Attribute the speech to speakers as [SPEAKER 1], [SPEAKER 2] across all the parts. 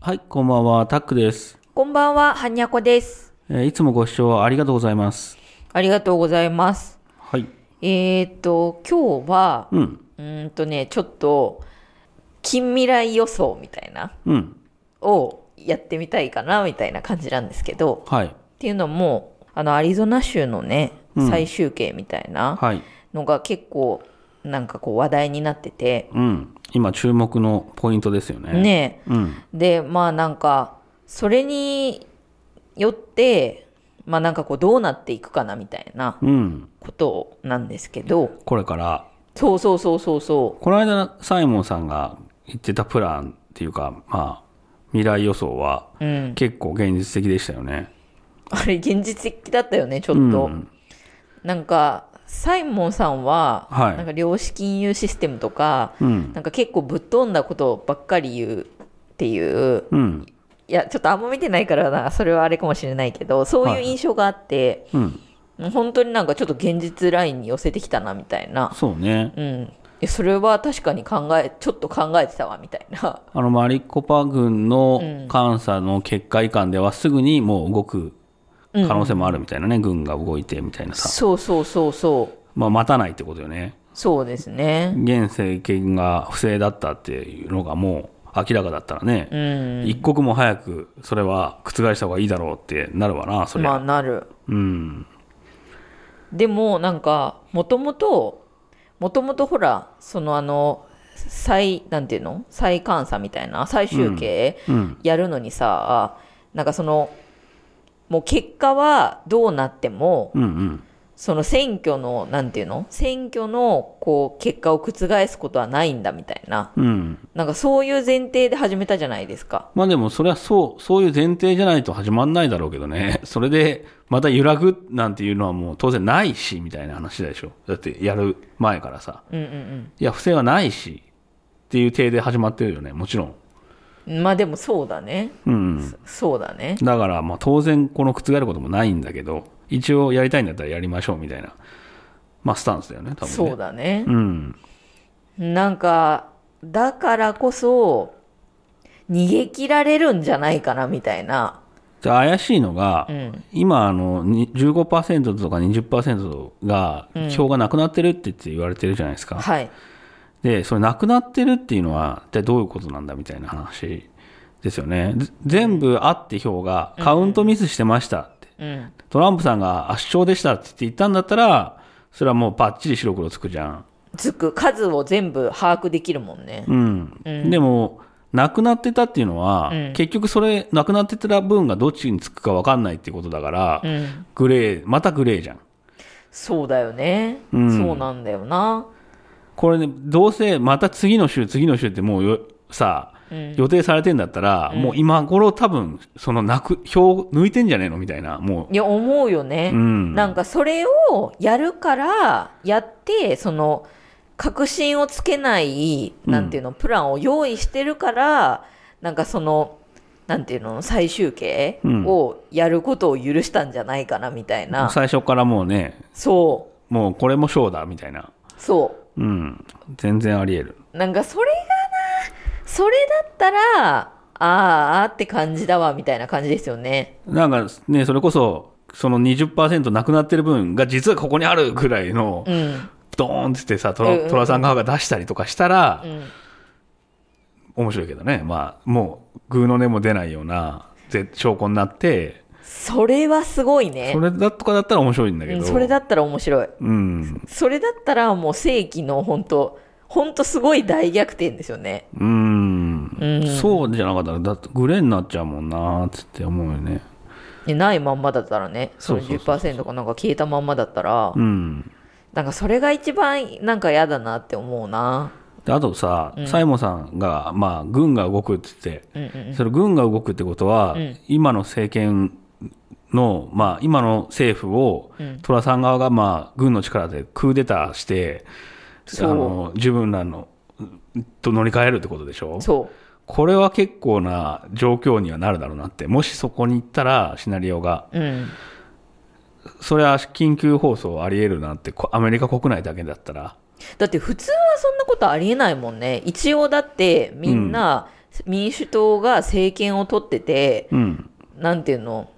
[SPEAKER 1] はい、こんばんは、タックです。
[SPEAKER 2] こんばんは、はにゃこです。
[SPEAKER 1] えーいつもご視聴ありがとうございます。
[SPEAKER 2] ありがとうございます。
[SPEAKER 1] はい。
[SPEAKER 2] えーっと、今日は、
[SPEAKER 1] うん、
[SPEAKER 2] うーんとね、ちょっと、近未来予想みたいな、
[SPEAKER 1] うん、
[SPEAKER 2] をやってみたいかな、みたいな感じなんですけど、
[SPEAKER 1] はい、
[SPEAKER 2] っていうのも、あの、アリゾナ州のね、最終形みたいな
[SPEAKER 1] はい、
[SPEAKER 2] のが結構、なんかこう話題になってて、
[SPEAKER 1] うん。今、注目のポイントですよね。
[SPEAKER 2] ね
[SPEAKER 1] うん、
[SPEAKER 2] で、まあなんか、それによって、まあなんかこうどうなっていくかなみたいな
[SPEAKER 1] うん。
[SPEAKER 2] ことなんですけど、
[SPEAKER 1] これから、
[SPEAKER 2] そうそうそうそうそ
[SPEAKER 1] この間、サイモンさんが言ってたプランっていうか、まあ、未来予想は
[SPEAKER 2] う。うん。
[SPEAKER 1] 結構現実的でしたよね。
[SPEAKER 2] あれ、現実的だったよね、ちょっと。
[SPEAKER 1] うん
[SPEAKER 2] なんか、サイモンさんは、
[SPEAKER 1] はい
[SPEAKER 2] なんか量子金融システムとか、
[SPEAKER 1] うん、
[SPEAKER 2] なんか結構ぶっ飛んだことばっかり言うっていう、
[SPEAKER 1] うん、
[SPEAKER 2] いや、ちょっとあんま見てないからな、それはあれかもしれないけど、そういう印象があって、
[SPEAKER 1] うん。
[SPEAKER 2] もう本当になんかちょっと現実ラインに寄せてきたな、みたいな。
[SPEAKER 1] そうね。
[SPEAKER 2] うん。いやそれは確かに考え、ちょっと考えてたわ、みたい な。
[SPEAKER 1] あの、マリコパ軍の監査の結果以関ではすぐにもう動く可能性もあるみたいなね、軍が動いてみたいなさ。
[SPEAKER 2] そうそうそうそう。
[SPEAKER 1] まあ、待たないってことよね。
[SPEAKER 2] そうですね。
[SPEAKER 1] 現政権が不正だったっていうのがもう明らかだったらね、
[SPEAKER 2] うん。
[SPEAKER 1] 一刻も早くそれは覆した方がいいだろうってなるわな、そりゃ。
[SPEAKER 2] まあなる。
[SPEAKER 1] うん。
[SPEAKER 2] でもなんか、もともと、もともとほら、そのあの、再、なんていうの再監査みたいな、再集計
[SPEAKER 1] うん。
[SPEAKER 2] やるのにさ、なんかその、もう結果はどうなっても、
[SPEAKER 1] うんうん。
[SPEAKER 2] その選挙の、なんていうの選挙の、こう、結果を覆すことはないんだみたいな。
[SPEAKER 1] うん。
[SPEAKER 2] なんかそういう前提で始めたじゃないですか。
[SPEAKER 1] まあでも、それはそう、そういう前提じゃないと始まんないだろうけどね。 それで、また揺らぐなんていうのはもう当然ないし、みたいな話でしょ。だって、やる前からさ。
[SPEAKER 2] うんうん
[SPEAKER 1] いや、不正はないし、っていう体で始まってるよね、もちろん。
[SPEAKER 2] うん。まあでもそうだね。
[SPEAKER 1] うん。
[SPEAKER 2] そうだね。
[SPEAKER 1] だから、まあ、当然、この覆ることもないんだけど、一応やりたいんだったらやりましょうみたいな、まあ、スタンスだよね、多分ね。
[SPEAKER 2] そうだね。
[SPEAKER 1] うん。
[SPEAKER 2] なんか、だからこそ、逃げ切られるんじゃないかな、みたいな。
[SPEAKER 1] で怪しいのが、
[SPEAKER 2] うん。
[SPEAKER 1] 今あの、に15%とか20%が、票がなくなってるって言って言われてるじゃないですか。
[SPEAKER 2] はい。
[SPEAKER 1] で、それなくなってるっていうのは、一体どういうことなんだみたいな話ですよね。ぜ全部あって票が、カウントミスしてましたって。
[SPEAKER 2] うん。
[SPEAKER 1] トランプさんが圧勝でしたって言って言ったんだったら、それはもうバッチリ白黒つくじゃん。
[SPEAKER 2] つく数を全部把握できるもんね。
[SPEAKER 1] うん、でも、なくなってたっていうのは、
[SPEAKER 2] うん
[SPEAKER 1] 結局それ、なくなってた分がどっちにつくか分かんないっていうことだから、
[SPEAKER 2] うん。
[SPEAKER 1] グレー、またグレーじゃん。
[SPEAKER 2] そうだよね。
[SPEAKER 1] うん
[SPEAKER 2] そうなんだよな。
[SPEAKER 1] これね、どうせまた次の週、次の週ってもうよさ、
[SPEAKER 2] うん
[SPEAKER 1] 予定されてんだったら、もう今頃多分、そのなく、票抜いてんじゃねえのみたいな、も
[SPEAKER 2] いや、思うよ
[SPEAKER 1] う。
[SPEAKER 2] ね
[SPEAKER 1] う。ん。
[SPEAKER 2] なんか、それをやるから、やって、その、確信をつけない、なんていうの、プランを用意してるから、なんかその、なんていうの、最終形
[SPEAKER 1] うん
[SPEAKER 2] をやることを許したんじゃないかな、みたいな。
[SPEAKER 1] 最初からもうね、
[SPEAKER 2] そ
[SPEAKER 1] もうこれもショーだ、みたいな。
[SPEAKER 2] う、そ
[SPEAKER 1] うん。全然あり得る。
[SPEAKER 2] う。なんか、それがな、それだったら、あーあーって感じだわ、みたいな感じですよね。
[SPEAKER 1] なんかね、それこそ、その20%なくなってる分が実はここにあるぐらいの、
[SPEAKER 2] うん。
[SPEAKER 1] ドーンってってさ、ト
[SPEAKER 2] うんうんう
[SPEAKER 1] ラ
[SPEAKER 2] ん
[SPEAKER 1] トラさん側が出したりとかしたら
[SPEAKER 2] う、ん。
[SPEAKER 1] 面白いけどね。まあ、もう、グーの音も出ないようなぜ証拠になって、
[SPEAKER 2] それはすごいね
[SPEAKER 1] そ。れだとかだったら面白いんだけ
[SPEAKER 2] う
[SPEAKER 1] ど。
[SPEAKER 2] ん、それだったら面白い。
[SPEAKER 1] うん。
[SPEAKER 2] それだったらもう世紀の本当本当すごい大逆転ですよね。
[SPEAKER 1] うん。
[SPEAKER 2] うん
[SPEAKER 1] そうじゃなかったら、だってグレーになっちゃうもんなつって思うよね。
[SPEAKER 2] ねないまんまだったらね、その
[SPEAKER 1] そうそうそう
[SPEAKER 2] 10%がなんか消えたまんまだったら
[SPEAKER 1] う、ん。
[SPEAKER 2] なんかそれが一番なんか嫌だなって思うな。
[SPEAKER 1] であとさ、サイモンさんが、まあ、軍が動くって言って、
[SPEAKER 2] うんうん
[SPEAKER 1] それ軍が動くってことは、今の政権の、まあ、今の政府を、トラさん側が、まあ、軍の力でクーデターして、あ
[SPEAKER 2] そう
[SPEAKER 1] の自分らのと乗り換えるってことでしょ
[SPEAKER 2] そ
[SPEAKER 1] これは結構な状況にはなるだろうなって、もしそこに行ったら、シナリオが、
[SPEAKER 2] う。うん。
[SPEAKER 1] それは緊急放送あり得るなって、こアメリカ国内だけだったら、
[SPEAKER 2] だって普通はそんなことありえないもんね。一応だってみんな民主党が政権を取ってて、
[SPEAKER 1] うん。
[SPEAKER 2] なんていうの、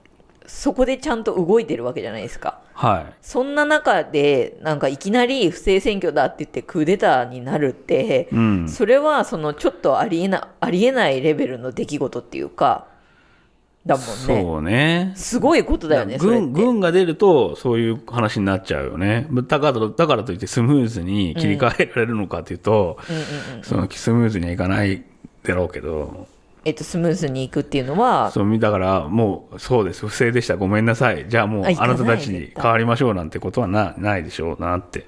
[SPEAKER 2] そこでちゃんと動いてるわけじゃないですか。
[SPEAKER 1] はい。
[SPEAKER 2] そんな中で、なんかいきなり不正選挙だって言ってクーデターになるって、
[SPEAKER 1] うん。
[SPEAKER 2] それはそのちょっとありえな、ありえないレベルの出来事っていうか、だもんね。
[SPEAKER 1] そうね。
[SPEAKER 2] すごいことだよね、それって。
[SPEAKER 1] 軍軍が出ると、そういう話になっちゃうよね。だからだからといって、スムーズに切り替えられるのかというと、
[SPEAKER 2] うんうんうん。
[SPEAKER 1] そのスムーズにはいかないだろうけど、
[SPEAKER 2] えっと、スムーズにいくっていうのは、
[SPEAKER 1] そうだから、もう、そうです、不正でした、ごめんなさい、じゃあもう、
[SPEAKER 2] あいか
[SPEAKER 1] あ
[SPEAKER 2] ない
[SPEAKER 1] なたたちに変わりましょうなんてことはなないでしょうなって、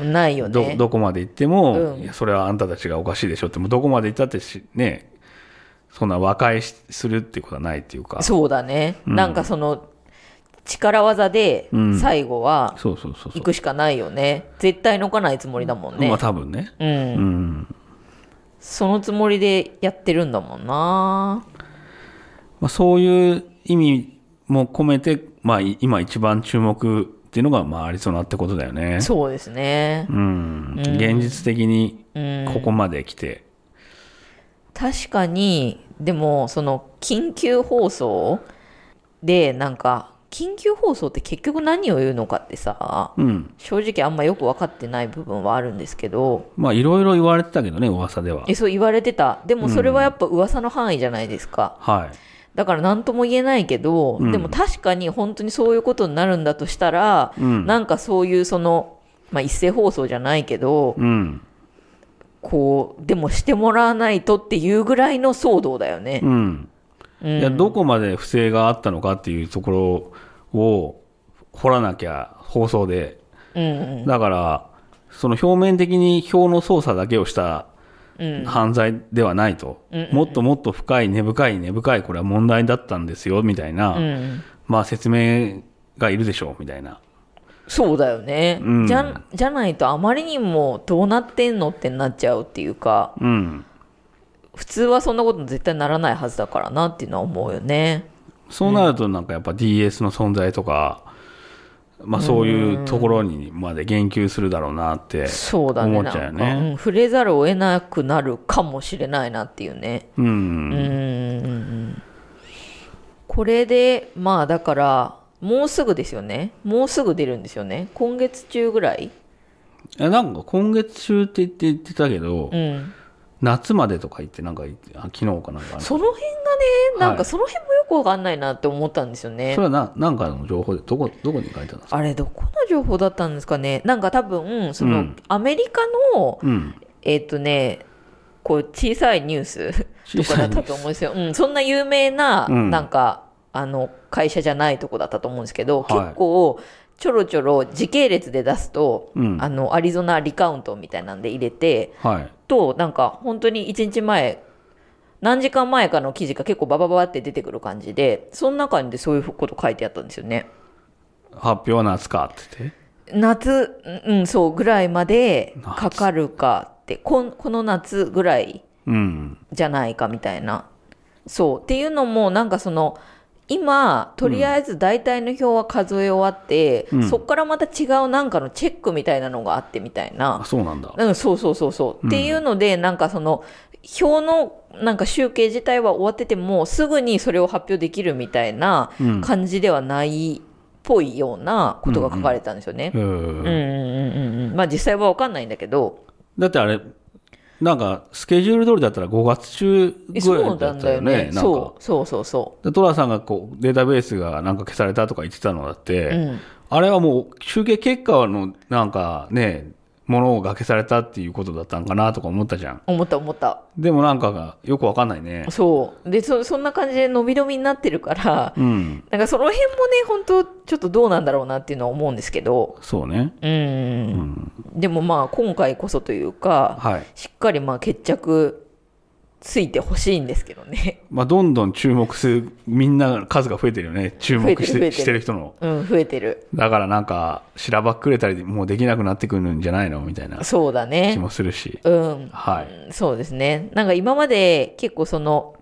[SPEAKER 2] ないよ
[SPEAKER 1] ど
[SPEAKER 2] ね。
[SPEAKER 1] どこまで行っても、
[SPEAKER 2] うん
[SPEAKER 1] いやそれはあんたたちがおかしいでしょって、もうどこまで行ったってし、ね、そんな和解しするっていうことはないっていうか、
[SPEAKER 2] そうだね。なんかその、力技で
[SPEAKER 1] うん、
[SPEAKER 2] 最後は、
[SPEAKER 1] そうそうそうそ
[SPEAKER 2] 行
[SPEAKER 1] う、
[SPEAKER 2] くしかないよね。絶対抜かないつもりだもんね
[SPEAKER 1] まあ。多分ね、
[SPEAKER 2] う。
[SPEAKER 1] うんん、
[SPEAKER 2] そのつもりでやってるんだもんな。
[SPEAKER 1] まあ、そういう意味も込めて、まあ、い今一番注目っていうのが、まあ、アリゾナってことだよね。
[SPEAKER 2] そうですね。
[SPEAKER 1] うん、現実的に
[SPEAKER 2] うん。
[SPEAKER 1] ここまで来て、
[SPEAKER 2] 確かに、でも、その、緊急放送で、なんか、緊急放送って結局何を言うのかってさ、
[SPEAKER 1] うん。
[SPEAKER 2] 正直あんまよく分かってない部分はあるんですけど、
[SPEAKER 1] まあ、いろいろ言われてたけどね、噂では
[SPEAKER 2] え。そう言われてた。でもそれはやっぱ噂の範囲じゃないですか。
[SPEAKER 1] はい。
[SPEAKER 2] だから何とも言えないけど、
[SPEAKER 1] うん
[SPEAKER 2] でも確かに本当にそういうことになるんだとしたら、
[SPEAKER 1] うん
[SPEAKER 2] なんかそういうその、まあ、一斉放送じゃないけど、
[SPEAKER 1] うん。
[SPEAKER 2] こう、でもしてもらわないとっていうぐらいの騒動だよね。
[SPEAKER 1] うん。
[SPEAKER 2] うん
[SPEAKER 1] いや、どこまで不正があったのかっていうところを掘らなきゃ放送で。
[SPEAKER 2] うんうん
[SPEAKER 1] だから、その表面的に票の操作だけをした
[SPEAKER 2] うん
[SPEAKER 1] 犯罪ではないと。もっともっと深い、根深い、根深い、これは問題だったんですよ、みたいな。
[SPEAKER 2] うん
[SPEAKER 1] まあ、説明がいるでしょう、みたいな。
[SPEAKER 2] そうだよね、
[SPEAKER 1] うん
[SPEAKER 2] じゃ。じゃないとあまりにもどうなってんのってなっちゃうっていうか、
[SPEAKER 1] うん。
[SPEAKER 2] 普通はそんなこと絶対ならないはずだからなっていうのは思うよね。
[SPEAKER 1] そうなるとなんかやっぱ DS の存在とか、まあそういうところにまで言及するだろうなって。
[SPEAKER 2] そうだね、
[SPEAKER 1] 思っちゃうよね
[SPEAKER 2] なんか、うん、触れざるを得なくなるかもしれないなっていうね。
[SPEAKER 1] うん。
[SPEAKER 2] うんうんうんこれで、まあだから、もうすぐですよね。もうすぐ出るんですよね。今月中ぐらい。
[SPEAKER 1] えなんか今月中って言って言ってたけど、
[SPEAKER 2] うん。夏
[SPEAKER 1] 夏までとか言ってなんか言って、あ昨日かなんか、そ
[SPEAKER 2] その辺がね、なん
[SPEAKER 1] は
[SPEAKER 2] か
[SPEAKER 1] い
[SPEAKER 2] その辺もよくわかんないなって思ったんですよね。
[SPEAKER 1] れはななんかの情報でどこ、どこに書いてたんですか
[SPEAKER 2] あれ、どこの情報だったんですかね。なんか多分、その、
[SPEAKER 1] うん
[SPEAKER 2] アメリカの、
[SPEAKER 1] うん。
[SPEAKER 2] えっ、とね、こう小さいニュース
[SPEAKER 1] 小
[SPEAKER 2] とか
[SPEAKER 1] さ
[SPEAKER 2] だ
[SPEAKER 1] い
[SPEAKER 2] っ
[SPEAKER 1] ニュ
[SPEAKER 2] た
[SPEAKER 1] ース
[SPEAKER 2] と思うんですよ。うん、そんな有名な、
[SPEAKER 1] うん
[SPEAKER 2] なんか、あの、会社じゃないとこだったと思うんですけど、
[SPEAKER 1] はい
[SPEAKER 2] 結構、ちょろちょろ時系列で出すと、
[SPEAKER 1] うん
[SPEAKER 2] あの、アリゾナリカウントみたいなんで入れて、
[SPEAKER 1] はい。
[SPEAKER 2] と、なんか、本当に1日前、何時間前かの記事が結構ババババって出てくる感じで、その中でそういうこと書いてあったんですよね。
[SPEAKER 1] 発表は夏かって言って。
[SPEAKER 2] 夏、うんうん、そう、ぐらいまでかかるかって、こんこの夏ぐらい
[SPEAKER 1] うん。
[SPEAKER 2] じゃないかみたいな。そう。っていうのも、なんかその、今、とりあえず大体の表は数え終わって、
[SPEAKER 1] うん
[SPEAKER 2] そこからまた違うなんかのチェックみたいなのがあってみたい
[SPEAKER 1] あ、
[SPEAKER 2] な。
[SPEAKER 1] そうなんだ。
[SPEAKER 2] うん、そうそうそうそう。っていうので、なんかその、表のなんか集計自体は終わってても、すぐにそれを発表できるみたいな
[SPEAKER 1] うん
[SPEAKER 2] 感じではないっぽいようなことが書かれたんですよね。
[SPEAKER 1] うん
[SPEAKER 2] うんうんうんうんうん。まあ実際はわかんないんだけど、
[SPEAKER 1] だってあれ、なんかスケジュール通りだったら5月中
[SPEAKER 2] え
[SPEAKER 1] ぐら
[SPEAKER 2] そ
[SPEAKER 1] いうだ
[SPEAKER 2] な
[SPEAKER 1] っ
[SPEAKER 2] ん
[SPEAKER 1] た
[SPEAKER 2] だ
[SPEAKER 1] よ
[SPEAKER 2] よ
[SPEAKER 1] ね。な
[SPEAKER 2] ね。
[SPEAKER 1] んか
[SPEAKER 2] そうそうそうそ
[SPEAKER 1] でトラさんがこうデータベースがなんか消されたとか言ってたのだって、
[SPEAKER 2] う。うん。
[SPEAKER 1] あれはもう集計結果のなんかね、ものが消されたっていうことだったんかなとか思ったじゃん。
[SPEAKER 2] 思った思った。
[SPEAKER 1] でもなんかがよくわかんないね。
[SPEAKER 2] そう。で、そ、そんな感じで伸び伸びになってるから、
[SPEAKER 1] うん。
[SPEAKER 2] なんかその辺もね、本当ちょっとどうなんだろうなっていうのは思うんですけど、
[SPEAKER 1] そうね。
[SPEAKER 2] うん。でもまあ、今回こそというか、
[SPEAKER 1] はい。
[SPEAKER 2] しっかりまあ決着ついてほしいんですけどね。
[SPEAKER 1] まあ、どんどん注目する、みんな数が増えてるよね。注目し
[SPEAKER 2] 増
[SPEAKER 1] て
[SPEAKER 2] えてる増えてる
[SPEAKER 1] してる人の。
[SPEAKER 2] うん、増えてる。
[SPEAKER 1] だからなんか、しらばっくれたり、もうできなくなってくるんじゃないのみたいな
[SPEAKER 2] そうだ
[SPEAKER 1] 気
[SPEAKER 2] ね。
[SPEAKER 1] もするし。
[SPEAKER 2] うん。
[SPEAKER 1] はい。
[SPEAKER 2] そうですね。なんか今まで結構その、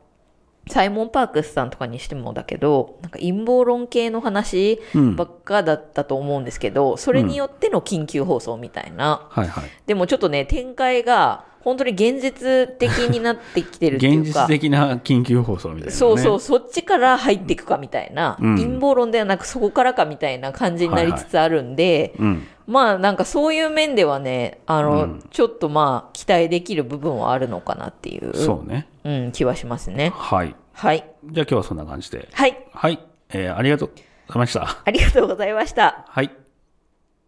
[SPEAKER 2] サイモン・パークスさんとかにしてもだけど、なんか陰謀論系の話
[SPEAKER 1] うん
[SPEAKER 2] ばっかだったと思うんですけど、それによっての緊急放送みたいな。
[SPEAKER 1] はいはい。
[SPEAKER 2] でもちょっとね、展開が本当に現実的になってきてるってい
[SPEAKER 1] 現
[SPEAKER 2] うか
[SPEAKER 1] 実的な緊急放送みたいな、ね、
[SPEAKER 2] そうそう、そっちから入っていくかみたいな、
[SPEAKER 1] うん
[SPEAKER 2] 陰謀論ではなくそこからかみたいな感じになりつつあるんで、
[SPEAKER 1] うん、
[SPEAKER 2] まあなんかそういう面ではね、あの、
[SPEAKER 1] うん
[SPEAKER 2] ちょっとまあ期待できる部分はあるのかなっていう、
[SPEAKER 1] そうね
[SPEAKER 2] うん、気はしますね。
[SPEAKER 1] はい
[SPEAKER 2] はい。
[SPEAKER 1] じゃあ今日はそんな感じで
[SPEAKER 2] はい。
[SPEAKER 1] はい、えーありがとうございました
[SPEAKER 2] ありがとうございました。
[SPEAKER 1] はい